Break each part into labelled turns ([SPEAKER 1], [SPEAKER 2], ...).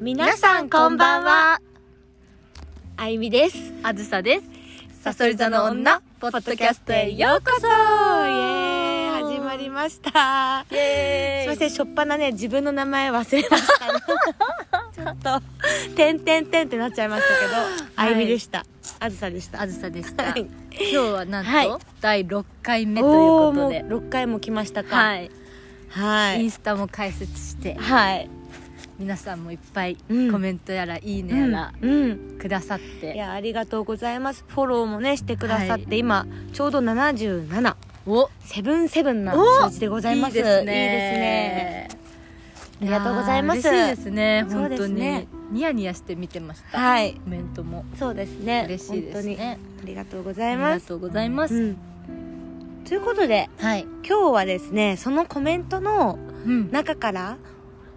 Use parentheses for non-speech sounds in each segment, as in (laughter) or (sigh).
[SPEAKER 1] 皆さんこんばんはあゆみです
[SPEAKER 2] あずさです。
[SPEAKER 1] サソリ座の女ポッドキャストへようこそイエーイ始まりました
[SPEAKER 2] イ
[SPEAKER 1] すい
[SPEAKER 2] エー
[SPEAKER 1] ま
[SPEAKER 2] イ
[SPEAKER 1] せんしょっぱなね自分の名前忘れました、 (laughs) ちょっとてんてんてんってなっちゃいましたけど、あゆみでしたあずさでした
[SPEAKER 2] あずさでした。
[SPEAKER 1] はい
[SPEAKER 2] 今日はなんと、
[SPEAKER 1] はい
[SPEAKER 2] 第6回目という
[SPEAKER 1] お
[SPEAKER 2] こ
[SPEAKER 1] ー
[SPEAKER 2] と
[SPEAKER 1] もう
[SPEAKER 2] で、
[SPEAKER 1] 6回も来ましたか
[SPEAKER 2] はい、
[SPEAKER 1] は
[SPEAKER 2] イン
[SPEAKER 1] い
[SPEAKER 2] スタも開設して、
[SPEAKER 1] はい
[SPEAKER 2] 皆さんもいっぱいコ
[SPEAKER 1] うん
[SPEAKER 2] メントやら、いいねやら、
[SPEAKER 1] うんうん
[SPEAKER 2] くださっ
[SPEAKER 1] い
[SPEAKER 2] て、
[SPEAKER 1] やありがとうございますフォローもねしてくださって、
[SPEAKER 2] は
[SPEAKER 1] 今ちょうど77
[SPEAKER 2] お
[SPEAKER 1] セブンセブンな
[SPEAKER 2] お
[SPEAKER 1] 数字でございます
[SPEAKER 2] いいです
[SPEAKER 1] いいい
[SPEAKER 2] ね。
[SPEAKER 1] ですねありがとうございます
[SPEAKER 2] やー嬉しいですね、
[SPEAKER 1] そう
[SPEAKER 2] 本
[SPEAKER 1] で
[SPEAKER 2] 当
[SPEAKER 1] す
[SPEAKER 2] に。
[SPEAKER 1] ね
[SPEAKER 2] ニヤニヤして見てました。
[SPEAKER 1] はい
[SPEAKER 2] コメントも。
[SPEAKER 1] そうですね
[SPEAKER 2] 嬉しいです
[SPEAKER 1] 本
[SPEAKER 2] ね。
[SPEAKER 1] 当にありがとうござ
[SPEAKER 2] あ
[SPEAKER 1] い
[SPEAKER 2] りが
[SPEAKER 1] ます
[SPEAKER 2] とうございます。
[SPEAKER 1] うんということで
[SPEAKER 2] はい。
[SPEAKER 1] 今日はですねそのコメントの
[SPEAKER 2] うん
[SPEAKER 1] 中から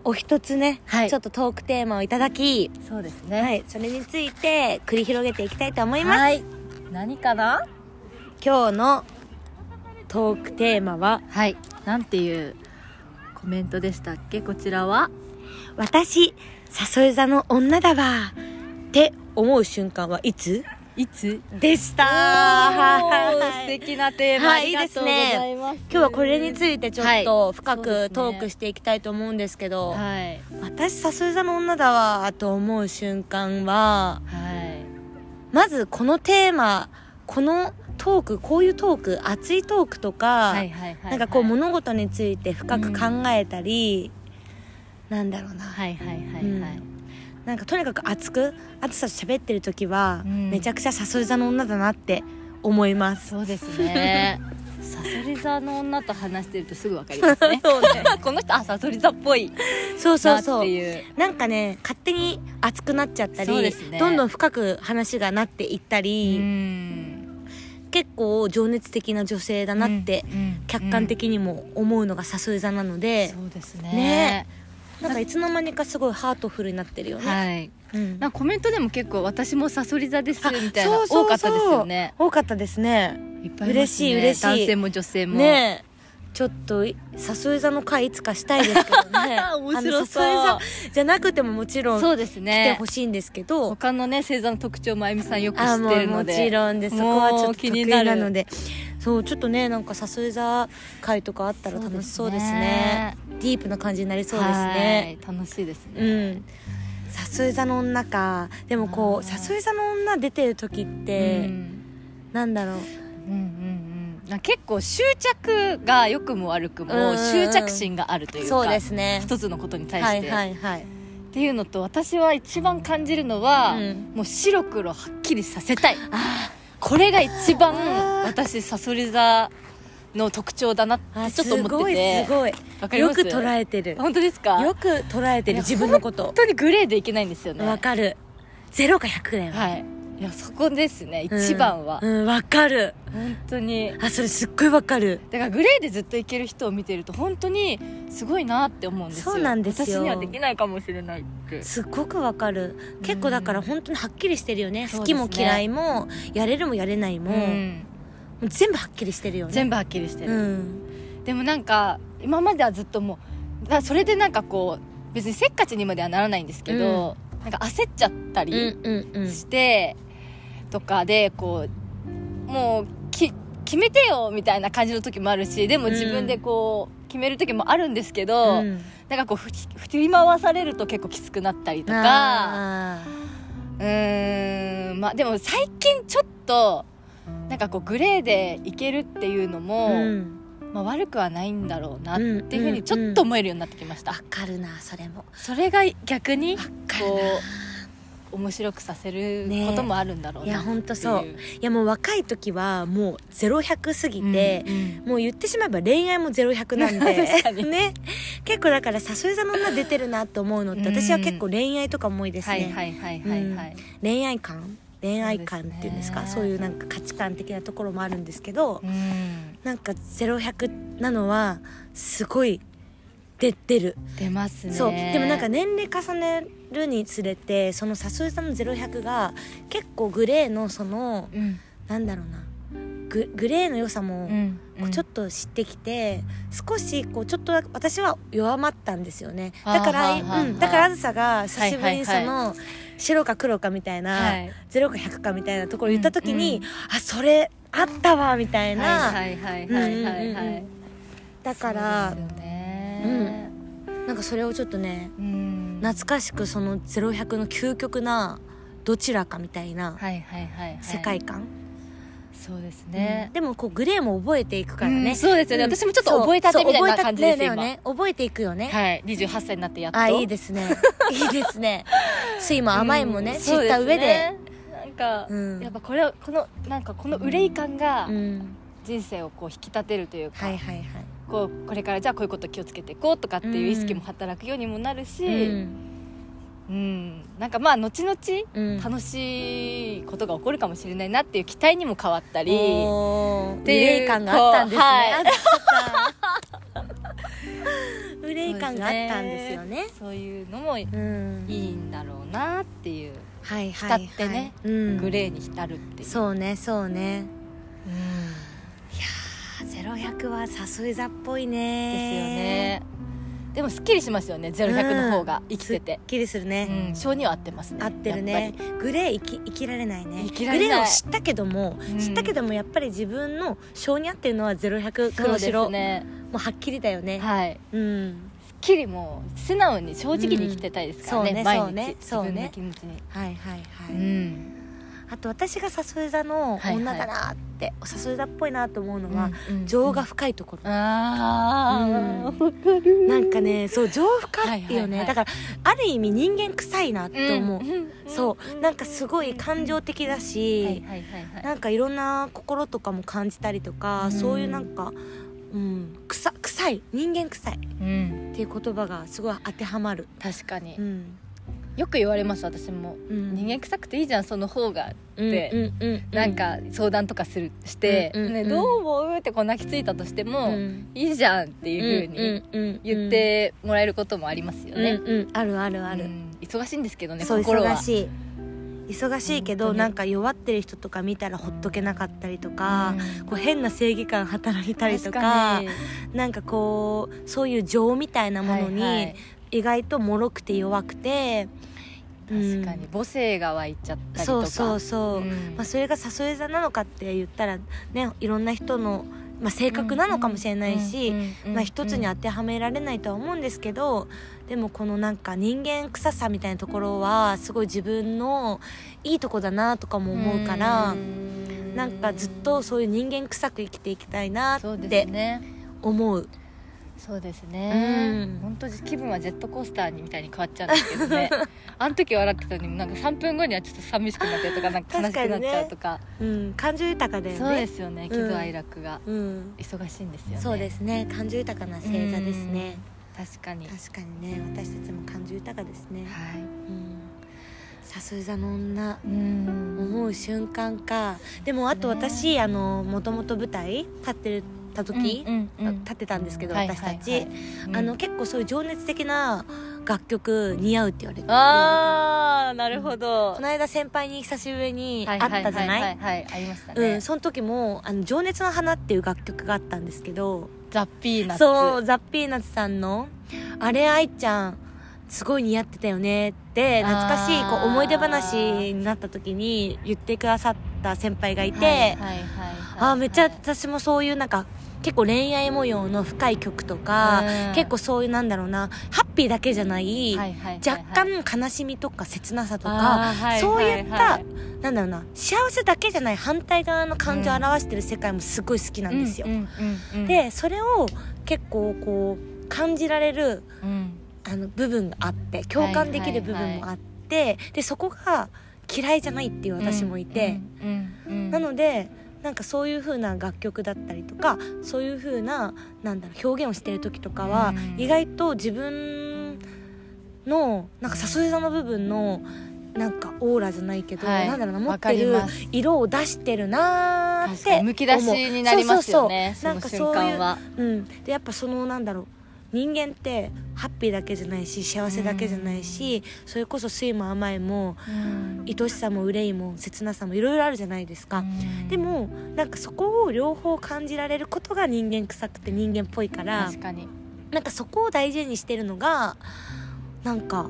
[SPEAKER 1] お一つね、
[SPEAKER 2] はい
[SPEAKER 1] ちょっとトークテーマをいただき、
[SPEAKER 2] そうですね。
[SPEAKER 1] はい、それについて繰り広げていきたいと思います、
[SPEAKER 2] はい。何かな
[SPEAKER 1] 今日のトークテーマは
[SPEAKER 2] はい。なんていうコメントでしたっけこちらは。
[SPEAKER 1] 私誘い座の女だわって思う瞬間はいつ
[SPEAKER 2] いつ
[SPEAKER 1] でしたはい
[SPEAKER 2] 素敵なテーマ、
[SPEAKER 1] はい
[SPEAKER 2] ありがとうございます。
[SPEAKER 1] 今日はこれについてちょっと深
[SPEAKER 2] はいそうです
[SPEAKER 1] く
[SPEAKER 2] ね
[SPEAKER 1] トークしていきたいと思うんですけど、
[SPEAKER 2] はい。
[SPEAKER 1] 私誘い座の女だわと思う瞬間は
[SPEAKER 2] はい。
[SPEAKER 1] まずこのテーマこのトークこういうトーク熱いトークとか、
[SPEAKER 2] はいはいはい。
[SPEAKER 1] なんかこう
[SPEAKER 2] はい
[SPEAKER 1] 物事について深く考えたり、なんだろうな、
[SPEAKER 2] はいはいはい。
[SPEAKER 1] なんかとにかく熱く熱さと喋ってる時は、
[SPEAKER 2] うん
[SPEAKER 1] めちゃくちゃ誘い座の女だなって思います。。
[SPEAKER 2] そうですね。サソリ座の女と話してるとすぐわかりますね
[SPEAKER 1] (laughs) そうね
[SPEAKER 2] この人、あ、サソリ座っぽい
[SPEAKER 1] そうそ
[SPEAKER 2] な
[SPEAKER 1] う
[SPEAKER 2] って
[SPEAKER 1] そう。
[SPEAKER 2] いう。
[SPEAKER 1] なんかね勝手に熱くなっちゃった
[SPEAKER 2] そう
[SPEAKER 1] り、
[SPEAKER 2] ですね
[SPEAKER 1] どんどん深く話がなっていった
[SPEAKER 2] う
[SPEAKER 1] り、
[SPEAKER 2] ん。
[SPEAKER 1] 結構情熱的な女性だなって、
[SPEAKER 2] うん
[SPEAKER 1] 客観的にも思うのが誘い座なので、
[SPEAKER 2] そうですね。
[SPEAKER 1] ねなんかいつの間にかすごいハートフルになってるよね。
[SPEAKER 2] はい。
[SPEAKER 1] うん
[SPEAKER 2] なんかコメントでも結構私もサソリ座です
[SPEAKER 1] あ
[SPEAKER 2] みたいな
[SPEAKER 1] そうそうそう
[SPEAKER 2] 多かったですよね。
[SPEAKER 1] 多かったですね。
[SPEAKER 2] いっぱいいますね
[SPEAKER 1] 嬉しい嬉しい
[SPEAKER 2] 男性も女性も。
[SPEAKER 1] ねえちょっとい誘い座の会いつかしたいですけどね
[SPEAKER 2] (laughs) 面白そう
[SPEAKER 1] あの誘い座じゃなくてももちろん
[SPEAKER 2] そ
[SPEAKER 1] 来
[SPEAKER 2] うです
[SPEAKER 1] て
[SPEAKER 2] ね
[SPEAKER 1] ほ。しいんですけど、
[SPEAKER 2] 他のね星座の特徴もあゆみさんよく知
[SPEAKER 1] あ
[SPEAKER 2] っ
[SPEAKER 1] も
[SPEAKER 2] て
[SPEAKER 1] う
[SPEAKER 2] る
[SPEAKER 1] も
[SPEAKER 2] ので。
[SPEAKER 1] ちろんですそこはちょっ
[SPEAKER 2] も
[SPEAKER 1] と
[SPEAKER 2] う
[SPEAKER 1] 得
[SPEAKER 2] 気
[SPEAKER 1] 意
[SPEAKER 2] にな
[SPEAKER 1] な
[SPEAKER 2] る
[SPEAKER 1] のでそうちょっとねなんか誘い座会とかあったら楽しそうですねディープな感じになりそうですね。
[SPEAKER 2] はい。楽しいです
[SPEAKER 1] う
[SPEAKER 2] ね。
[SPEAKER 1] ん誘い座の女かでもこう
[SPEAKER 2] あー
[SPEAKER 1] 誘い座の女出てる時っ
[SPEAKER 2] うん
[SPEAKER 1] て、なんだろう
[SPEAKER 2] うんうんうん。なんか結構執着が良くも悪く
[SPEAKER 1] うんうんう
[SPEAKER 2] も
[SPEAKER 1] ん
[SPEAKER 2] 執着心があるというか。
[SPEAKER 1] そうですね
[SPEAKER 2] 一つのことに対
[SPEAKER 1] は
[SPEAKER 2] し
[SPEAKER 1] い
[SPEAKER 2] て、
[SPEAKER 1] はいはい
[SPEAKER 2] っていうのと私は一番感じるのは、
[SPEAKER 1] うん
[SPEAKER 2] もう白黒はっきりさせたいこれが一番
[SPEAKER 1] あー
[SPEAKER 2] 私サソリ座の特徴だなっ
[SPEAKER 1] あ
[SPEAKER 2] てちょっと思ってて
[SPEAKER 1] すごい
[SPEAKER 2] わ
[SPEAKER 1] す
[SPEAKER 2] か
[SPEAKER 1] ごい
[SPEAKER 2] り
[SPEAKER 1] よ
[SPEAKER 2] ます
[SPEAKER 1] く捉えてる
[SPEAKER 2] 本当ですか
[SPEAKER 1] よく捉えてる
[SPEAKER 2] いや
[SPEAKER 1] 自分のこと
[SPEAKER 2] 本当にグレーでいけないんですよね
[SPEAKER 1] わかる0か100だよ、
[SPEAKER 2] はいいやそこですね
[SPEAKER 1] うん
[SPEAKER 2] 一番は、
[SPEAKER 1] うんわ、かる
[SPEAKER 2] 本当に
[SPEAKER 1] あそれすっごいわかる
[SPEAKER 2] だからグレーでずっといける人を見てると本当にすごいなって思うんですよ
[SPEAKER 1] そうなんですよ
[SPEAKER 2] 私にはできないかもしれないって
[SPEAKER 1] すっごくわかる結構だから本当にはっきりしてるよね、
[SPEAKER 2] そう
[SPEAKER 1] 好
[SPEAKER 2] です
[SPEAKER 1] き
[SPEAKER 2] ね
[SPEAKER 1] も嫌いもやれるもやれないも,、も
[SPEAKER 2] ん
[SPEAKER 1] う全部はっきりしてるよね
[SPEAKER 2] 全
[SPEAKER 1] 部
[SPEAKER 2] 部はっきりしてる、
[SPEAKER 1] うん
[SPEAKER 2] でもなんか今まではずっともうだからそれでなんかこう別にせっかちにまではならないんですけど、なんか焦っちゃった
[SPEAKER 1] うん
[SPEAKER 2] り
[SPEAKER 1] うんうん
[SPEAKER 2] して、とかでこうもうき決めてよみたいな感じの時もあるしでも自分でこう決める時もあるんですけど、
[SPEAKER 1] うん
[SPEAKER 2] なんかこうふ振り回されると結構きつくなったりとか
[SPEAKER 1] あ
[SPEAKER 2] うーんまあでも最近ちょっとなんかこうグレーでいけるっていうの
[SPEAKER 1] ー
[SPEAKER 2] も、
[SPEAKER 1] うん
[SPEAKER 2] まあ、悪くはないんだろうなって
[SPEAKER 1] うん
[SPEAKER 2] いうふうにちょっと思えるようになってきました、
[SPEAKER 1] わかるなそれも
[SPEAKER 2] それが逆に
[SPEAKER 1] わ
[SPEAKER 2] こ
[SPEAKER 1] かる
[SPEAKER 2] う (laughs) 面白くさせる
[SPEAKER 1] ねえ
[SPEAKER 2] こともあるんだろう
[SPEAKER 1] いや
[SPEAKER 2] なっていう、
[SPEAKER 1] 本当そういやもう若い時はもう0100過ぎ
[SPEAKER 2] うん
[SPEAKER 1] て、
[SPEAKER 2] うん
[SPEAKER 1] もう言ってしまえば恋愛も0100なんで
[SPEAKER 2] (laughs) 確かに
[SPEAKER 1] ね結構だから誘い座の女出てるなと思うのって
[SPEAKER 2] うん
[SPEAKER 1] 私は結構恋愛とかも多いですね、
[SPEAKER 2] はいはいはいはいはい、
[SPEAKER 1] 恋愛観恋愛観っていうんですかそ
[SPEAKER 2] そううですね
[SPEAKER 1] いうなんか価値観的なところもあるんですけど、
[SPEAKER 2] うん
[SPEAKER 1] なんか0100なのはすごい出てる、
[SPEAKER 2] 出ますね
[SPEAKER 1] そうでもなんか年齢重ねるにつれてその誘い座の0100が結構グレーのその
[SPEAKER 2] うん
[SPEAKER 1] なんだろうなグググレーの良さも、
[SPEAKER 2] うん
[SPEAKER 1] こうちょっと知ってきて少しこうちょっとだけ私は弱まったんですよねだか
[SPEAKER 2] は
[SPEAKER 1] ら、
[SPEAKER 2] あはあはあ
[SPEAKER 1] うん、だからあずさが久しぶりにそ
[SPEAKER 2] はいはい
[SPEAKER 1] の白か黒かみたいな、
[SPEAKER 2] はい
[SPEAKER 1] ゼロか100かみたいなところ言った時に、
[SPEAKER 2] うん
[SPEAKER 1] あそれあったわみたいな、
[SPEAKER 2] はいはいはいはいは
[SPEAKER 1] うんうんうんう
[SPEAKER 2] い
[SPEAKER 1] んだから、
[SPEAKER 2] そうですよね
[SPEAKER 1] なんかそれをちょっとね
[SPEAKER 2] うん
[SPEAKER 1] 懐かしくその0100の究極などちらかみたいな
[SPEAKER 2] はいはいはいはい
[SPEAKER 1] 世界観、
[SPEAKER 2] そうです
[SPEAKER 1] う
[SPEAKER 2] ね
[SPEAKER 1] んでもこうグレーも覚えていくから
[SPEAKER 2] うん
[SPEAKER 1] ね、
[SPEAKER 2] そうですよね
[SPEAKER 1] うん
[SPEAKER 2] 私もちょっと覚えたてみたいな感じで
[SPEAKER 1] そう覚え
[SPEAKER 2] す
[SPEAKER 1] たてだよ
[SPEAKER 2] 今
[SPEAKER 1] ね覚えていくよね、
[SPEAKER 2] はい28歳になってやっと
[SPEAKER 1] あいいですね (laughs) いいですね酸いも甘いもね、
[SPEAKER 2] うん
[SPEAKER 1] 知った上で
[SPEAKER 2] そうすねなんか
[SPEAKER 1] うん
[SPEAKER 2] やっぱこれをこのなんかこの憂い感が
[SPEAKER 1] うん
[SPEAKER 2] 人生をこう引き立てるというか
[SPEAKER 1] はいはいはい
[SPEAKER 2] こうこれからじゃあこういうこと気をつけていこうとかっていう意識も働くようにもなる
[SPEAKER 1] う
[SPEAKER 2] し
[SPEAKER 1] ん
[SPEAKER 2] うんなんかまあ後々
[SPEAKER 1] うん
[SPEAKER 2] 楽しいことが起こるかもしれないなっていう期待にも変わったり
[SPEAKER 1] おー
[SPEAKER 2] っていう
[SPEAKER 1] 憂い感があったんですね、
[SPEAKER 2] こうはい
[SPEAKER 1] あそうか憂い感があったん (laughs) ですよね
[SPEAKER 2] そういうのもい
[SPEAKER 1] うん
[SPEAKER 2] いんだろうなっていう
[SPEAKER 1] はいはいはい
[SPEAKER 2] 浸ってね
[SPEAKER 1] うん、
[SPEAKER 2] グレーに浸るっていう、
[SPEAKER 1] そうねそうね
[SPEAKER 2] うん
[SPEAKER 1] あ0100は誘い座っぽい
[SPEAKER 2] ですよ
[SPEAKER 1] ね
[SPEAKER 2] ねでもすっきりしますよね0100の方が生きてて
[SPEAKER 1] すっ、きりする
[SPEAKER 2] う
[SPEAKER 1] ね、
[SPEAKER 2] ん、性には合ってますね
[SPEAKER 1] 合ってる
[SPEAKER 2] や
[SPEAKER 1] ね
[SPEAKER 2] っぱ
[SPEAKER 1] グレー生き生きられないね
[SPEAKER 2] 生きられない
[SPEAKER 1] グレーを知ったけども、
[SPEAKER 2] うん
[SPEAKER 1] 知ったけどもやっぱり自分の性に合ってるのは0100
[SPEAKER 2] りそう
[SPEAKER 1] 黒
[SPEAKER 2] です
[SPEAKER 1] 白、
[SPEAKER 2] ね
[SPEAKER 1] もうはっきりだよね、
[SPEAKER 2] はい
[SPEAKER 1] うん
[SPEAKER 2] すっきりもう素直に正直に生きてたいですからね,、
[SPEAKER 1] うんそうね
[SPEAKER 2] 毎
[SPEAKER 1] そうね
[SPEAKER 2] 日
[SPEAKER 1] そうね
[SPEAKER 2] 自分の気持ちに、
[SPEAKER 1] はいはいはい、
[SPEAKER 2] うん
[SPEAKER 1] あと私が誘い座の女だなって、お誘い座っぽいなと思うのは、
[SPEAKER 2] うん
[SPEAKER 1] 情が深いところ、
[SPEAKER 2] ああ、
[SPEAKER 1] うん
[SPEAKER 2] わかる
[SPEAKER 1] なんかねそう情深っていうね、
[SPEAKER 2] はいはいはい
[SPEAKER 1] だからある意味人間臭いなと思う、そうなんかすごい感情的だし、
[SPEAKER 2] はいはいはいはい
[SPEAKER 1] なんかいろんな心とかも感じたりとか、
[SPEAKER 2] うん
[SPEAKER 1] そういうなんか、うん、臭臭い人間臭いっ
[SPEAKER 2] うん、
[SPEAKER 1] ていう言葉がすごい当てはまる、
[SPEAKER 2] 確かに、
[SPEAKER 1] うん
[SPEAKER 2] よく言われます私も、
[SPEAKER 1] うん、
[SPEAKER 2] 人間臭くていいじゃんその方がって
[SPEAKER 1] うんうんうんうん
[SPEAKER 2] なんか相談とかするして、
[SPEAKER 1] うんうんうん
[SPEAKER 2] ね、どう思うってこう泣きついたとして
[SPEAKER 1] う
[SPEAKER 2] も、
[SPEAKER 1] ん
[SPEAKER 2] いいじゃんっていうふうに
[SPEAKER 1] に
[SPEAKER 2] 言ってもらえることもありますよ
[SPEAKER 1] うんう
[SPEAKER 2] ね、
[SPEAKER 1] んうんあるあるある、
[SPEAKER 2] うん忙しいんですけどね
[SPEAKER 1] そう
[SPEAKER 2] 心は
[SPEAKER 1] 忙しい忙しいけ
[SPEAKER 2] 本
[SPEAKER 1] ど
[SPEAKER 2] 当に
[SPEAKER 1] なんか弱ってる人とか見たらほっとけなかったりと
[SPEAKER 2] う
[SPEAKER 1] か
[SPEAKER 2] ん、
[SPEAKER 1] こう変な正義感働いたりとか
[SPEAKER 2] 確に
[SPEAKER 1] なんかこうそういう情みたいなものに、
[SPEAKER 2] はいはい
[SPEAKER 1] 意外と脆くて弱くて
[SPEAKER 2] 確かに母性が湧いちゃったりと
[SPEAKER 1] そ
[SPEAKER 2] か
[SPEAKER 1] うそうそう、
[SPEAKER 2] うん
[SPEAKER 1] まあ、それが誘い座なのかって言ったらねいろんな人の、まあ、性格なのかもしれないし、
[SPEAKER 2] うんうんうん
[SPEAKER 1] まあ、一つに
[SPEAKER 2] うん
[SPEAKER 1] 当てはめられないとは思うんですけどでもこのなんか人間臭さみたいなところはすごい自分のいいとこだなとかも思うから。
[SPEAKER 2] うん
[SPEAKER 1] なんかずっとそういう人間臭く生きていきたいなっ
[SPEAKER 2] そうです
[SPEAKER 1] て
[SPEAKER 2] ね
[SPEAKER 1] 思う
[SPEAKER 2] そうですね
[SPEAKER 1] うん
[SPEAKER 2] 本当に気分はジェットコースターにみたいに変わっちゃうんですけ
[SPEAKER 1] (laughs)
[SPEAKER 2] どねあの時笑ってたのになんか3分後にはちょっと寂しくなってとかなんか悲しくなっちゃうとか
[SPEAKER 1] うん、感情豊かだよね
[SPEAKER 2] そうですよね
[SPEAKER 1] う
[SPEAKER 2] 喜
[SPEAKER 1] ん
[SPEAKER 2] 怒哀楽が
[SPEAKER 1] うん、
[SPEAKER 2] 忙しいんですよね
[SPEAKER 1] そうですね感情豊かな星座ですね
[SPEAKER 2] 確かに
[SPEAKER 1] 確かにね私たちも感情豊かですね、
[SPEAKER 2] はい
[SPEAKER 1] うん、誘い座の女
[SPEAKER 2] うん
[SPEAKER 1] 思う瞬間かでもあと
[SPEAKER 2] ね
[SPEAKER 1] 私、あのもともと舞台立ってた時、
[SPEAKER 2] うんうんうん
[SPEAKER 1] 立ってたんですけど、
[SPEAKER 2] はい
[SPEAKER 1] 私たち、
[SPEAKER 2] はいはいうん
[SPEAKER 1] あの結構そういう情熱的な楽曲似合うって言われて
[SPEAKER 2] あーなるほど
[SPEAKER 1] この間先輩に久しぶりに
[SPEAKER 2] は
[SPEAKER 1] 会
[SPEAKER 2] い
[SPEAKER 1] ったじゃ
[SPEAKER 2] は
[SPEAKER 1] ないい
[SPEAKER 2] はいはいありました
[SPEAKER 1] う
[SPEAKER 2] ね
[SPEAKER 1] ん、その時も「あの情熱の花」っていう楽曲があったんですけど
[SPEAKER 2] ザ・ピーナッツ
[SPEAKER 1] そうザ・ピーナッツさんの「あれ愛ちゃんすごい似合ってたよね」って懐かしいこ
[SPEAKER 2] あー
[SPEAKER 1] う思い出話になった時に言ってくださった先輩がいて、
[SPEAKER 2] はいはいはいはい
[SPEAKER 1] あーめっちゃ私もそういうなんか結構恋愛模様の深い曲とか、
[SPEAKER 2] うん
[SPEAKER 1] 結構そういうなんだろうなハッピーだけじゃない、
[SPEAKER 2] はいはいはい
[SPEAKER 1] 若干悲しみとか切なさとか
[SPEAKER 2] あーはい
[SPEAKER 1] そういっ
[SPEAKER 2] はいは
[SPEAKER 1] た
[SPEAKER 2] い
[SPEAKER 1] なんだろうな幸せだけじゃない反対側の感情を表してる世界もすごい好きなんですよ。
[SPEAKER 2] うんうんうんうん、
[SPEAKER 1] でそれを結構こう感じられる
[SPEAKER 2] うん
[SPEAKER 1] あの部分があって共感できる部分もあって、でそこが嫌いじゃないっていう私もいて、、
[SPEAKER 2] うんうんうん
[SPEAKER 1] なのでなんかそういう風な楽曲だったりとかそういう風ななんだろう表現をしてる時とかは、
[SPEAKER 2] うん
[SPEAKER 1] 意外と自分のなんか誘い座の部分のなんかオーラじゃないけど、
[SPEAKER 2] はい
[SPEAKER 1] なんだろうな持っ
[SPEAKER 2] わか
[SPEAKER 1] て
[SPEAKER 2] り
[SPEAKER 1] る
[SPEAKER 2] ます
[SPEAKER 1] 色を出してるなーっ
[SPEAKER 2] 確
[SPEAKER 1] て
[SPEAKER 2] かにむき出しになりますよ
[SPEAKER 1] 思う
[SPEAKER 2] ね
[SPEAKER 1] そうそうそう
[SPEAKER 2] その瞬間は
[SPEAKER 1] うん、でやっぱそのなんだろう人間ってハッピーだけじゃないし幸せだけじゃないし、それこそ酸いも甘いも
[SPEAKER 2] うん
[SPEAKER 1] 愛しさも憂いも切なさもいろいろあるじゃないですか、でもなんかそこを両方感じられることが人間臭くて人間っぽいから
[SPEAKER 2] 確かに
[SPEAKER 1] なんかそこを大事にしてるのがなんか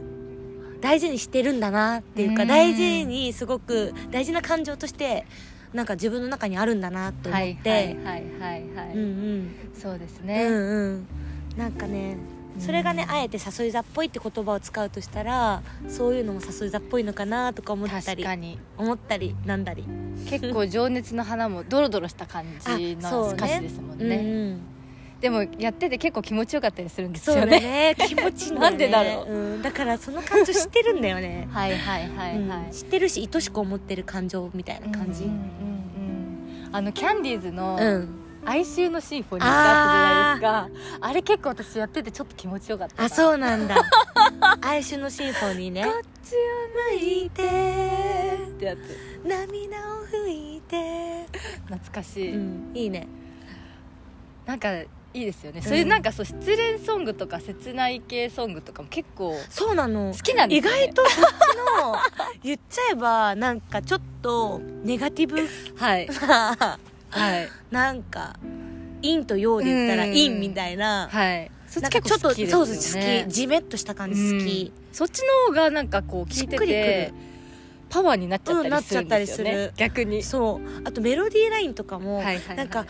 [SPEAKER 1] 大事にしてるんだなっていうか
[SPEAKER 2] うん
[SPEAKER 1] 大事にすごく大事な感情としてなんか自分の中にあるんだなと
[SPEAKER 2] はい
[SPEAKER 1] 思っ
[SPEAKER 2] はい
[SPEAKER 1] て
[SPEAKER 2] はいはいはい、
[SPEAKER 1] うんうん
[SPEAKER 2] そうです
[SPEAKER 1] う
[SPEAKER 2] ね、
[SPEAKER 1] んうんなんかねそれがね、あえて「誘い座っぽい」って言葉を使うとしたらそういうのも誘い座っぽいのかなとか思った
[SPEAKER 2] 確
[SPEAKER 1] り
[SPEAKER 2] かに
[SPEAKER 1] 思ったりなんだり
[SPEAKER 2] 結構情熱の花もドロドロした感じ
[SPEAKER 1] あそ
[SPEAKER 2] の
[SPEAKER 1] うね
[SPEAKER 2] 歌詞ですもんね
[SPEAKER 1] うんうん
[SPEAKER 2] でもやってて結構気持ちよかったりするんです
[SPEAKER 1] そう
[SPEAKER 2] よ
[SPEAKER 1] だ
[SPEAKER 2] ね
[SPEAKER 1] ね気持ちいいんだよね
[SPEAKER 2] なんでだろう、
[SPEAKER 1] ん、だからその感情知ってるんだよね
[SPEAKER 2] はい (laughs) はいはいは
[SPEAKER 1] うん
[SPEAKER 2] い、
[SPEAKER 1] 知ってるし愛しく思ってる感情みたいな感じ
[SPEAKER 2] うんうんうんうんあのキャンディーズの
[SPEAKER 1] うん
[SPEAKER 2] 哀愁のシンフォニーがあったじゃないですかあれ結構私やっててちょっと気持ちよかった
[SPEAKER 1] あ
[SPEAKER 2] う
[SPEAKER 1] そう
[SPEAKER 2] (laughs)
[SPEAKER 1] なんだ哀愁のシンフォニーね
[SPEAKER 2] こっち
[SPEAKER 1] 向
[SPEAKER 2] を
[SPEAKER 1] いて
[SPEAKER 2] ってやつ
[SPEAKER 1] 涙を拭いて、
[SPEAKER 2] 懐かしい、
[SPEAKER 1] うん、いいね
[SPEAKER 2] なんかいいですよね、そういうなんかそう失恋ソングとか切ない系ソングとかも結構
[SPEAKER 1] そうなの
[SPEAKER 2] 好きなんで
[SPEAKER 1] 意
[SPEAKER 2] すよ、ね、
[SPEAKER 1] 外とそっちの言っちゃえばなんかちょっとネガティブ
[SPEAKER 2] (laughs) はい
[SPEAKER 1] な
[SPEAKER 2] はい
[SPEAKER 1] なんか陰と陽で言ったら
[SPEAKER 2] うん
[SPEAKER 1] 陰みたいな
[SPEAKER 2] はいそっ
[SPEAKER 1] なん
[SPEAKER 2] ち
[SPEAKER 1] か
[SPEAKER 2] 結
[SPEAKER 1] ちょっと
[SPEAKER 2] 構好きですよね
[SPEAKER 1] そうそう好きジメッとした感じ好き、
[SPEAKER 2] うんそっちの方がなんかこう聞いて
[SPEAKER 1] しっくり
[SPEAKER 2] て
[SPEAKER 1] く
[SPEAKER 2] パワーになっちゃったりするんで
[SPEAKER 1] うんなっ
[SPEAKER 2] すよね、
[SPEAKER 1] ちゃったりする
[SPEAKER 2] 逆に
[SPEAKER 1] そうあとメロディーラインとかも、
[SPEAKER 2] はいはいはい
[SPEAKER 1] なんか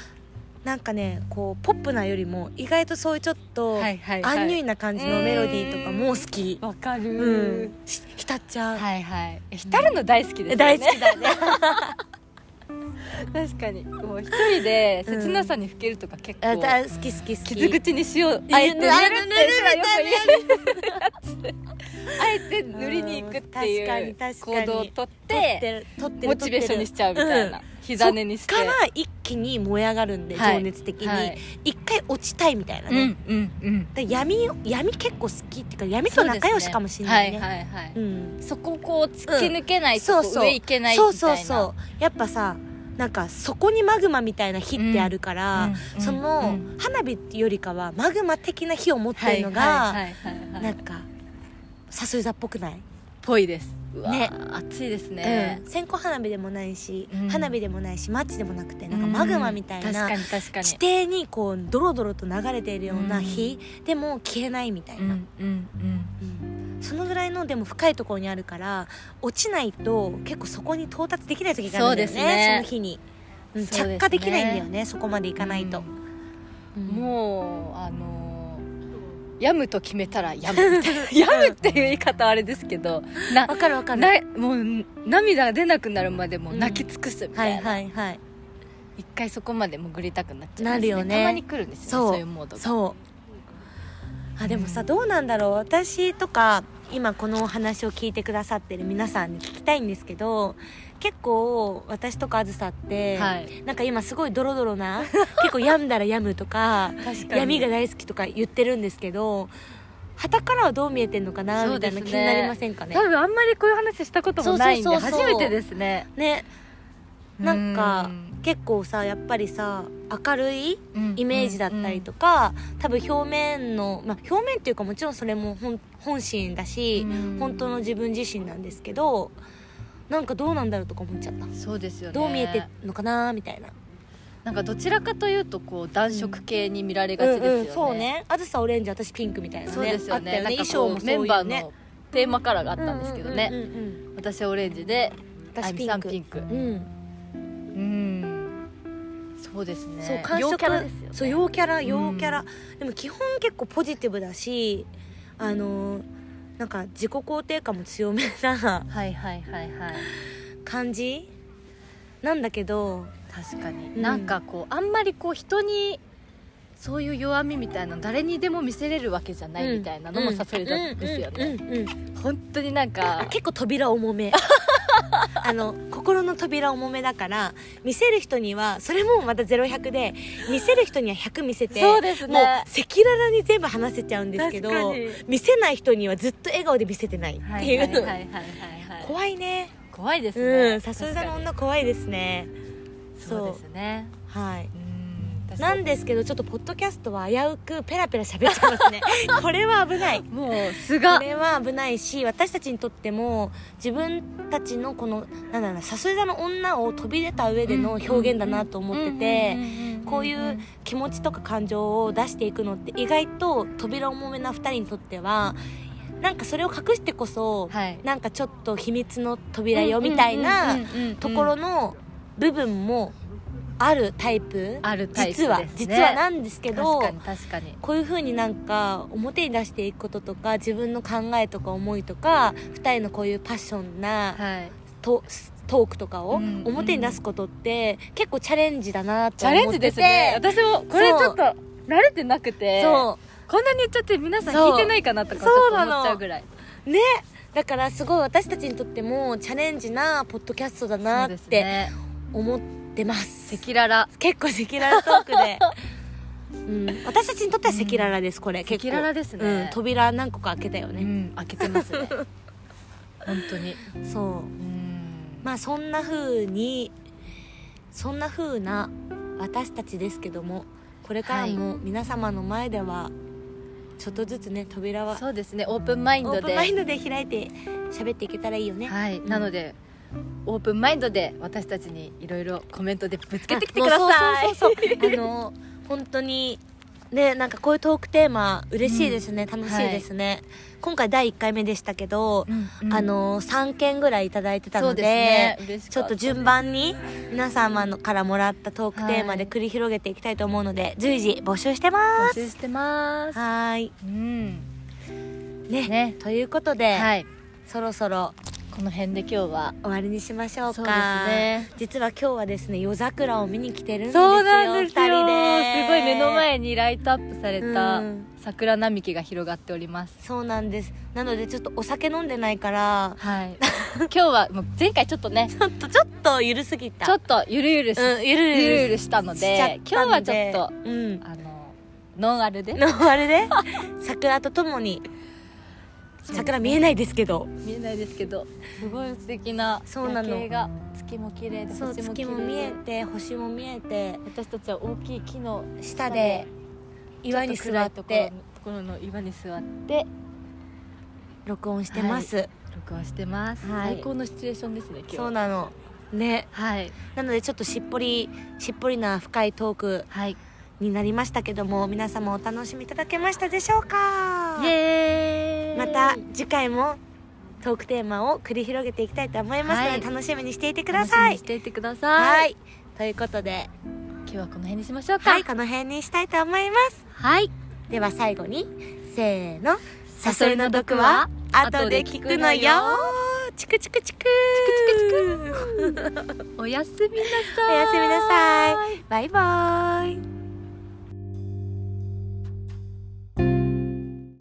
[SPEAKER 1] なんかねこうポップなよりも意外とそういうちょっと
[SPEAKER 2] はいはいはい
[SPEAKER 1] アンニュイな感じのメロディーとかも好き、
[SPEAKER 2] わかる、
[SPEAKER 1] うん、し浸っちゃう、
[SPEAKER 2] はいはい浸るの大好きですよね
[SPEAKER 1] 大好きだね
[SPEAKER 2] (laughs) 確かにもう一人で切なさにふけるとか結構、
[SPEAKER 1] あだ好き好き好き
[SPEAKER 2] 傷口に塩あえて塗るっていうのはよく言うあえて塗りに行くっていう
[SPEAKER 1] 確かに確か
[SPEAKER 2] 行
[SPEAKER 1] に
[SPEAKER 2] 動をとって
[SPEAKER 1] 取ってる取ってる
[SPEAKER 2] モチベーションにしちゃうみたいな、
[SPEAKER 1] ん
[SPEAKER 2] 膝根にして
[SPEAKER 1] そっから一気に燃え上がるんで、
[SPEAKER 2] はい
[SPEAKER 1] 情熱的に、
[SPEAKER 2] はい
[SPEAKER 1] 一回落ちたいみたいな
[SPEAKER 2] う
[SPEAKER 1] ね、
[SPEAKER 2] んうんうん
[SPEAKER 1] で闇闇結構好きっていうか闇と仲良しかもしれないね
[SPEAKER 2] そうですねはいはいはい、
[SPEAKER 1] うん
[SPEAKER 2] そこをこう突き抜けないと、
[SPEAKER 1] そう
[SPEAKER 2] こう
[SPEAKER 1] そう
[SPEAKER 2] 上行けないみたい
[SPEAKER 1] そう
[SPEAKER 2] な
[SPEAKER 1] そうそうやっぱさなんかそこにマグマみたいな火ってあるから、
[SPEAKER 2] うんうん
[SPEAKER 1] その、
[SPEAKER 2] うん
[SPEAKER 1] 花火よりかはマグマ的な火を持ってるのが、
[SPEAKER 2] はいはいはいはいはい
[SPEAKER 1] なんか誘い座っぽくない、
[SPEAKER 2] ぽいですうわ
[SPEAKER 1] ね
[SPEAKER 2] 暑いですね、
[SPEAKER 1] うん、線香花火でもないし、
[SPEAKER 2] うん
[SPEAKER 1] 花火でもないしマッチでもなくてなんかマグマみたいな、
[SPEAKER 2] うん確かに確かに
[SPEAKER 1] 地底にこうドロドロと流れているような火、でも消えないみたいな、
[SPEAKER 2] うんうんうん
[SPEAKER 1] うんそのぐらいのでも深いところにあるから落ちないと結構そこに到達できない時があるんだよね
[SPEAKER 2] そう
[SPEAKER 1] そ
[SPEAKER 2] ですね
[SPEAKER 1] の日に、うん
[SPEAKER 2] そうですね
[SPEAKER 1] 着火できないんだよねそこまでいかないと、うん
[SPEAKER 2] もうあのーやむと決めたらや (laughs) むみたいなやむっていう言い方はあれですけどな
[SPEAKER 1] わかるわかる
[SPEAKER 2] なもう涙が出なくなるまでもう泣き尽くすみ
[SPEAKER 1] は
[SPEAKER 2] たい
[SPEAKER 1] い
[SPEAKER 2] な、
[SPEAKER 1] はいはい
[SPEAKER 2] 一回そこまで潜りたくなっちゃうんです、
[SPEAKER 1] なるよね
[SPEAKER 2] たまに来るんですよね
[SPEAKER 1] そう
[SPEAKER 2] そういうモードが
[SPEAKER 1] そうあでもさ、
[SPEAKER 2] うん
[SPEAKER 1] どうなんだろう私とか今このお話を聞いてくださってる皆さんに聞きたいんですけど結構私とかあずさって、
[SPEAKER 2] はい
[SPEAKER 1] なんか今すごいドロドロな結構病んだら病むとか
[SPEAKER 2] 確かに
[SPEAKER 1] 闇が大好きとか言ってるんですけど旗からはどう見えてんのかな
[SPEAKER 2] そう
[SPEAKER 1] みたい
[SPEAKER 2] で
[SPEAKER 1] な
[SPEAKER 2] すね
[SPEAKER 1] 気になりませんかね
[SPEAKER 2] 多分あんまりこういう話したこともないんで
[SPEAKER 1] そうそうそうそう
[SPEAKER 2] 初めてですね
[SPEAKER 1] ねなんか
[SPEAKER 2] うん
[SPEAKER 1] 結構さやっぱりさ明るいイメージだったりと
[SPEAKER 2] か、
[SPEAKER 1] か、多分表面の、まあ、表面っていうかもちろんそれも本本心だし、
[SPEAKER 2] うん
[SPEAKER 1] 本当の自分自身なんですけどなんかどうなんだろうとか思っちゃった、
[SPEAKER 2] そうですよね
[SPEAKER 1] どう見えてんのかなみたいな
[SPEAKER 2] なんかどちらかというとこう暖色系に見られがちですよね、
[SPEAKER 1] うんうんそうねあずさオレンジ私ピンクみたいなね
[SPEAKER 2] そうです
[SPEAKER 1] あ
[SPEAKER 2] よね
[SPEAKER 1] ったよね
[SPEAKER 2] なん
[SPEAKER 1] 衣
[SPEAKER 2] かこ
[SPEAKER 1] 装
[SPEAKER 2] う
[SPEAKER 1] もそう
[SPEAKER 2] メ
[SPEAKER 1] いう
[SPEAKER 2] ン
[SPEAKER 1] ね
[SPEAKER 2] バーのテーマカラーがあったんですけどね、
[SPEAKER 1] うんうんうんうん
[SPEAKER 2] 私はオレンジであ
[SPEAKER 1] 私
[SPEAKER 2] ゆ
[SPEAKER 1] ピ
[SPEAKER 2] みさ
[SPEAKER 1] ン
[SPEAKER 2] ん
[SPEAKER 1] ク
[SPEAKER 2] ピンク
[SPEAKER 1] うん
[SPEAKER 2] うんそうですね
[SPEAKER 1] そう感
[SPEAKER 2] 陽
[SPEAKER 1] 触
[SPEAKER 2] キャラですよね
[SPEAKER 1] そう陽キャラ陽キャラ、でも基本結構ポジティブだしあのーなんか自己肯定感も強めな
[SPEAKER 2] はいはいはいはい
[SPEAKER 1] 感じなんだけど
[SPEAKER 2] 確かに、
[SPEAKER 1] うん
[SPEAKER 2] なんかこうあんまりこう人にそういう弱みみたいなの誰にでも見せれるわけじゃないみたいなのも
[SPEAKER 1] うん
[SPEAKER 2] さそれたんですよね、
[SPEAKER 1] うんうんうん
[SPEAKER 2] 本当になん
[SPEAKER 1] あ
[SPEAKER 2] か
[SPEAKER 1] 結構扉重め (laughs) あの心の扉重めだから見せる人にはそれもまた0100で見せる人には100見せて
[SPEAKER 2] そうですね
[SPEAKER 1] もう赤裸々に全部話せちゃうんですけど
[SPEAKER 2] 確かに
[SPEAKER 1] 見せない人にはずっと笑顔で見せてないっていう、
[SPEAKER 2] はいはいはいはいはい
[SPEAKER 1] 怖いね
[SPEAKER 2] 怖いです
[SPEAKER 1] うん
[SPEAKER 2] ね
[SPEAKER 1] さすがの
[SPEAKER 2] 確かに
[SPEAKER 1] 女怖いですね
[SPEAKER 2] そうですね
[SPEAKER 1] はい
[SPEAKER 2] うんです
[SPEAKER 1] なんですけどちょっとポッドキャストは危うくペラペラ喋っちゃいます (laughs) ねこれは危ない
[SPEAKER 2] もう素
[SPEAKER 1] こ
[SPEAKER 2] が
[SPEAKER 1] れは危ないし私たちにとっても自分たちのこのなんだろうなさすがの女を飛び出た上での表現だなと思っててこういう気持ちとか感情を出していくのって意外と扉重めな2人にとってはなんかそれを隠してこそ、
[SPEAKER 2] はい
[SPEAKER 1] なんかちょっと秘密の扉よみたいなところ
[SPEAKER 2] の
[SPEAKER 1] の部分もあるタイプ
[SPEAKER 2] あるタイプ
[SPEAKER 1] 実は
[SPEAKER 2] ですね
[SPEAKER 1] 実はなんですけど
[SPEAKER 2] 確かに確かに
[SPEAKER 1] こういう風になんか表に出していくこととか自分の考えとか思いとか2人のこういうパッションな
[SPEAKER 2] はい
[SPEAKER 1] トトークとかを
[SPEAKER 2] うん
[SPEAKER 1] 表に出すことって結構チャレンジだなと
[SPEAKER 2] チャレ
[SPEAKER 1] 思っ
[SPEAKER 2] ンジ
[SPEAKER 1] てて
[SPEAKER 2] ですね私もこれちょっと慣れてなくて
[SPEAKER 1] そ
[SPEAKER 2] こんなに言っちゃって皆さん
[SPEAKER 1] そう
[SPEAKER 2] 聞いてないかなとかち
[SPEAKER 1] そ
[SPEAKER 2] ょ
[SPEAKER 1] う
[SPEAKER 2] っと
[SPEAKER 1] な
[SPEAKER 2] 思
[SPEAKER 1] の
[SPEAKER 2] っちゃうぐらいう
[SPEAKER 1] ねだからすごい私たちにとってもチャレンジなポッドキャストだ
[SPEAKER 2] そ
[SPEAKER 1] な
[SPEAKER 2] う
[SPEAKER 1] っ
[SPEAKER 2] です
[SPEAKER 1] て
[SPEAKER 2] ね
[SPEAKER 1] 思ってます
[SPEAKER 2] 赤裸々
[SPEAKER 1] 結構赤裸々トークで、 (laughs) うん、私たちにとっては赤裸々ですこれ、結構
[SPEAKER 2] 赤裸々ですね
[SPEAKER 1] うん、扉何個か開けたよ
[SPEAKER 2] う
[SPEAKER 1] ね、
[SPEAKER 2] ん開けてます
[SPEAKER 1] (laughs)
[SPEAKER 2] ね本当に
[SPEAKER 1] そう
[SPEAKER 2] うん
[SPEAKER 1] まあそんな風にそんな風な私たちですけどもこれからも皆様の前ではちょっとずつね扉は
[SPEAKER 2] そうですねオープンマイン
[SPEAKER 1] オ
[SPEAKER 2] ド
[SPEAKER 1] ープン
[SPEAKER 2] で
[SPEAKER 1] マインドで開いて喋っていけたらいいよね、
[SPEAKER 2] はい
[SPEAKER 1] ん
[SPEAKER 2] なのでオープンマインドで私たちにいろいろコメントでぶつけてきて
[SPEAKER 1] あ
[SPEAKER 2] ください
[SPEAKER 1] もうそうそうそうそうあの本当にねなんかこういうトークテーマ嬉しいですね、楽しいですね、今回第1回目でしたけど、
[SPEAKER 2] うんうん
[SPEAKER 1] あの3件ぐらいいただいてた
[SPEAKER 2] そ
[SPEAKER 1] の
[SPEAKER 2] う
[SPEAKER 1] で
[SPEAKER 2] ですね嬉し
[SPEAKER 1] ち
[SPEAKER 2] か
[SPEAKER 1] ょ
[SPEAKER 2] っ
[SPEAKER 1] ったと順番に皆様のからもらったトークテーマで繰り広げていきたいと思うので、随時募集してます
[SPEAKER 2] 募集してます
[SPEAKER 1] はーい
[SPEAKER 2] うん
[SPEAKER 1] ね
[SPEAKER 2] ね
[SPEAKER 1] ということで、
[SPEAKER 2] はい
[SPEAKER 1] そろそろ
[SPEAKER 2] この辺で今日は
[SPEAKER 1] 終わりにしましょうか
[SPEAKER 2] そうですね
[SPEAKER 1] 実は今日はですね夜桜を見に来てるんですよ
[SPEAKER 2] そうなんですよ
[SPEAKER 1] 二人です
[SPEAKER 2] ごい目の前にライトアップされた
[SPEAKER 1] うん
[SPEAKER 2] 桜並木が広がっております
[SPEAKER 1] そうなんですなのでちょっとお酒飲んでないから
[SPEAKER 2] はい
[SPEAKER 1] (laughs)
[SPEAKER 2] 今日はもう前回ちょっとね
[SPEAKER 1] ちょっとちょっとゆるすぎた
[SPEAKER 2] ちょっとゆるゆるし,、
[SPEAKER 1] うんゆるゆる
[SPEAKER 2] ゆるゆるしたの
[SPEAKER 1] し
[SPEAKER 2] で
[SPEAKER 1] ちゃったので
[SPEAKER 2] 今日はちょっと
[SPEAKER 1] うん
[SPEAKER 2] あのノンアルで
[SPEAKER 1] (laughs) のあれで桜とともに桜見えないですけど
[SPEAKER 2] 見えないですけどすごい素敵な
[SPEAKER 1] そうな
[SPEAKER 2] 夜
[SPEAKER 1] の
[SPEAKER 2] 景が月も綺麗で
[SPEAKER 1] そう
[SPEAKER 2] 星も綺
[SPEAKER 1] 月
[SPEAKER 2] 麗
[SPEAKER 1] も見えて星も見えて
[SPEAKER 2] 私たちは大きい木の
[SPEAKER 1] 下で岩に座っ
[SPEAKER 2] ちょっと暗い
[SPEAKER 1] て
[SPEAKER 2] ところところの岩に座って
[SPEAKER 1] 録音してます、
[SPEAKER 2] 録音してます、
[SPEAKER 1] はい
[SPEAKER 2] 最高のシチュエーションですね今日
[SPEAKER 1] そうなのね
[SPEAKER 2] はい
[SPEAKER 1] なのでちょっとしっぽりしっぽりな深いトーク
[SPEAKER 2] はい
[SPEAKER 1] になりましたけども皆様お楽しみいただけましたでしょうか
[SPEAKER 2] イエーイ
[SPEAKER 1] また次回もトークテーマを繰り広げていきたいと思いますので、
[SPEAKER 2] はい
[SPEAKER 1] 楽しみにしていてくださ
[SPEAKER 2] 楽しみ
[SPEAKER 1] い
[SPEAKER 2] にしていてくだ
[SPEAKER 1] は
[SPEAKER 2] さい
[SPEAKER 1] いということで
[SPEAKER 2] 今日はこの辺にしましょうか
[SPEAKER 1] はいこの辺にしたいと思います
[SPEAKER 2] はい
[SPEAKER 1] では最後にせーの
[SPEAKER 2] サソリの毒は
[SPEAKER 1] 後で聞くのよチクチクチクチクチクチク
[SPEAKER 2] おやすみなさ
[SPEAKER 1] お
[SPEAKER 2] い
[SPEAKER 1] やすみなさいバイバイ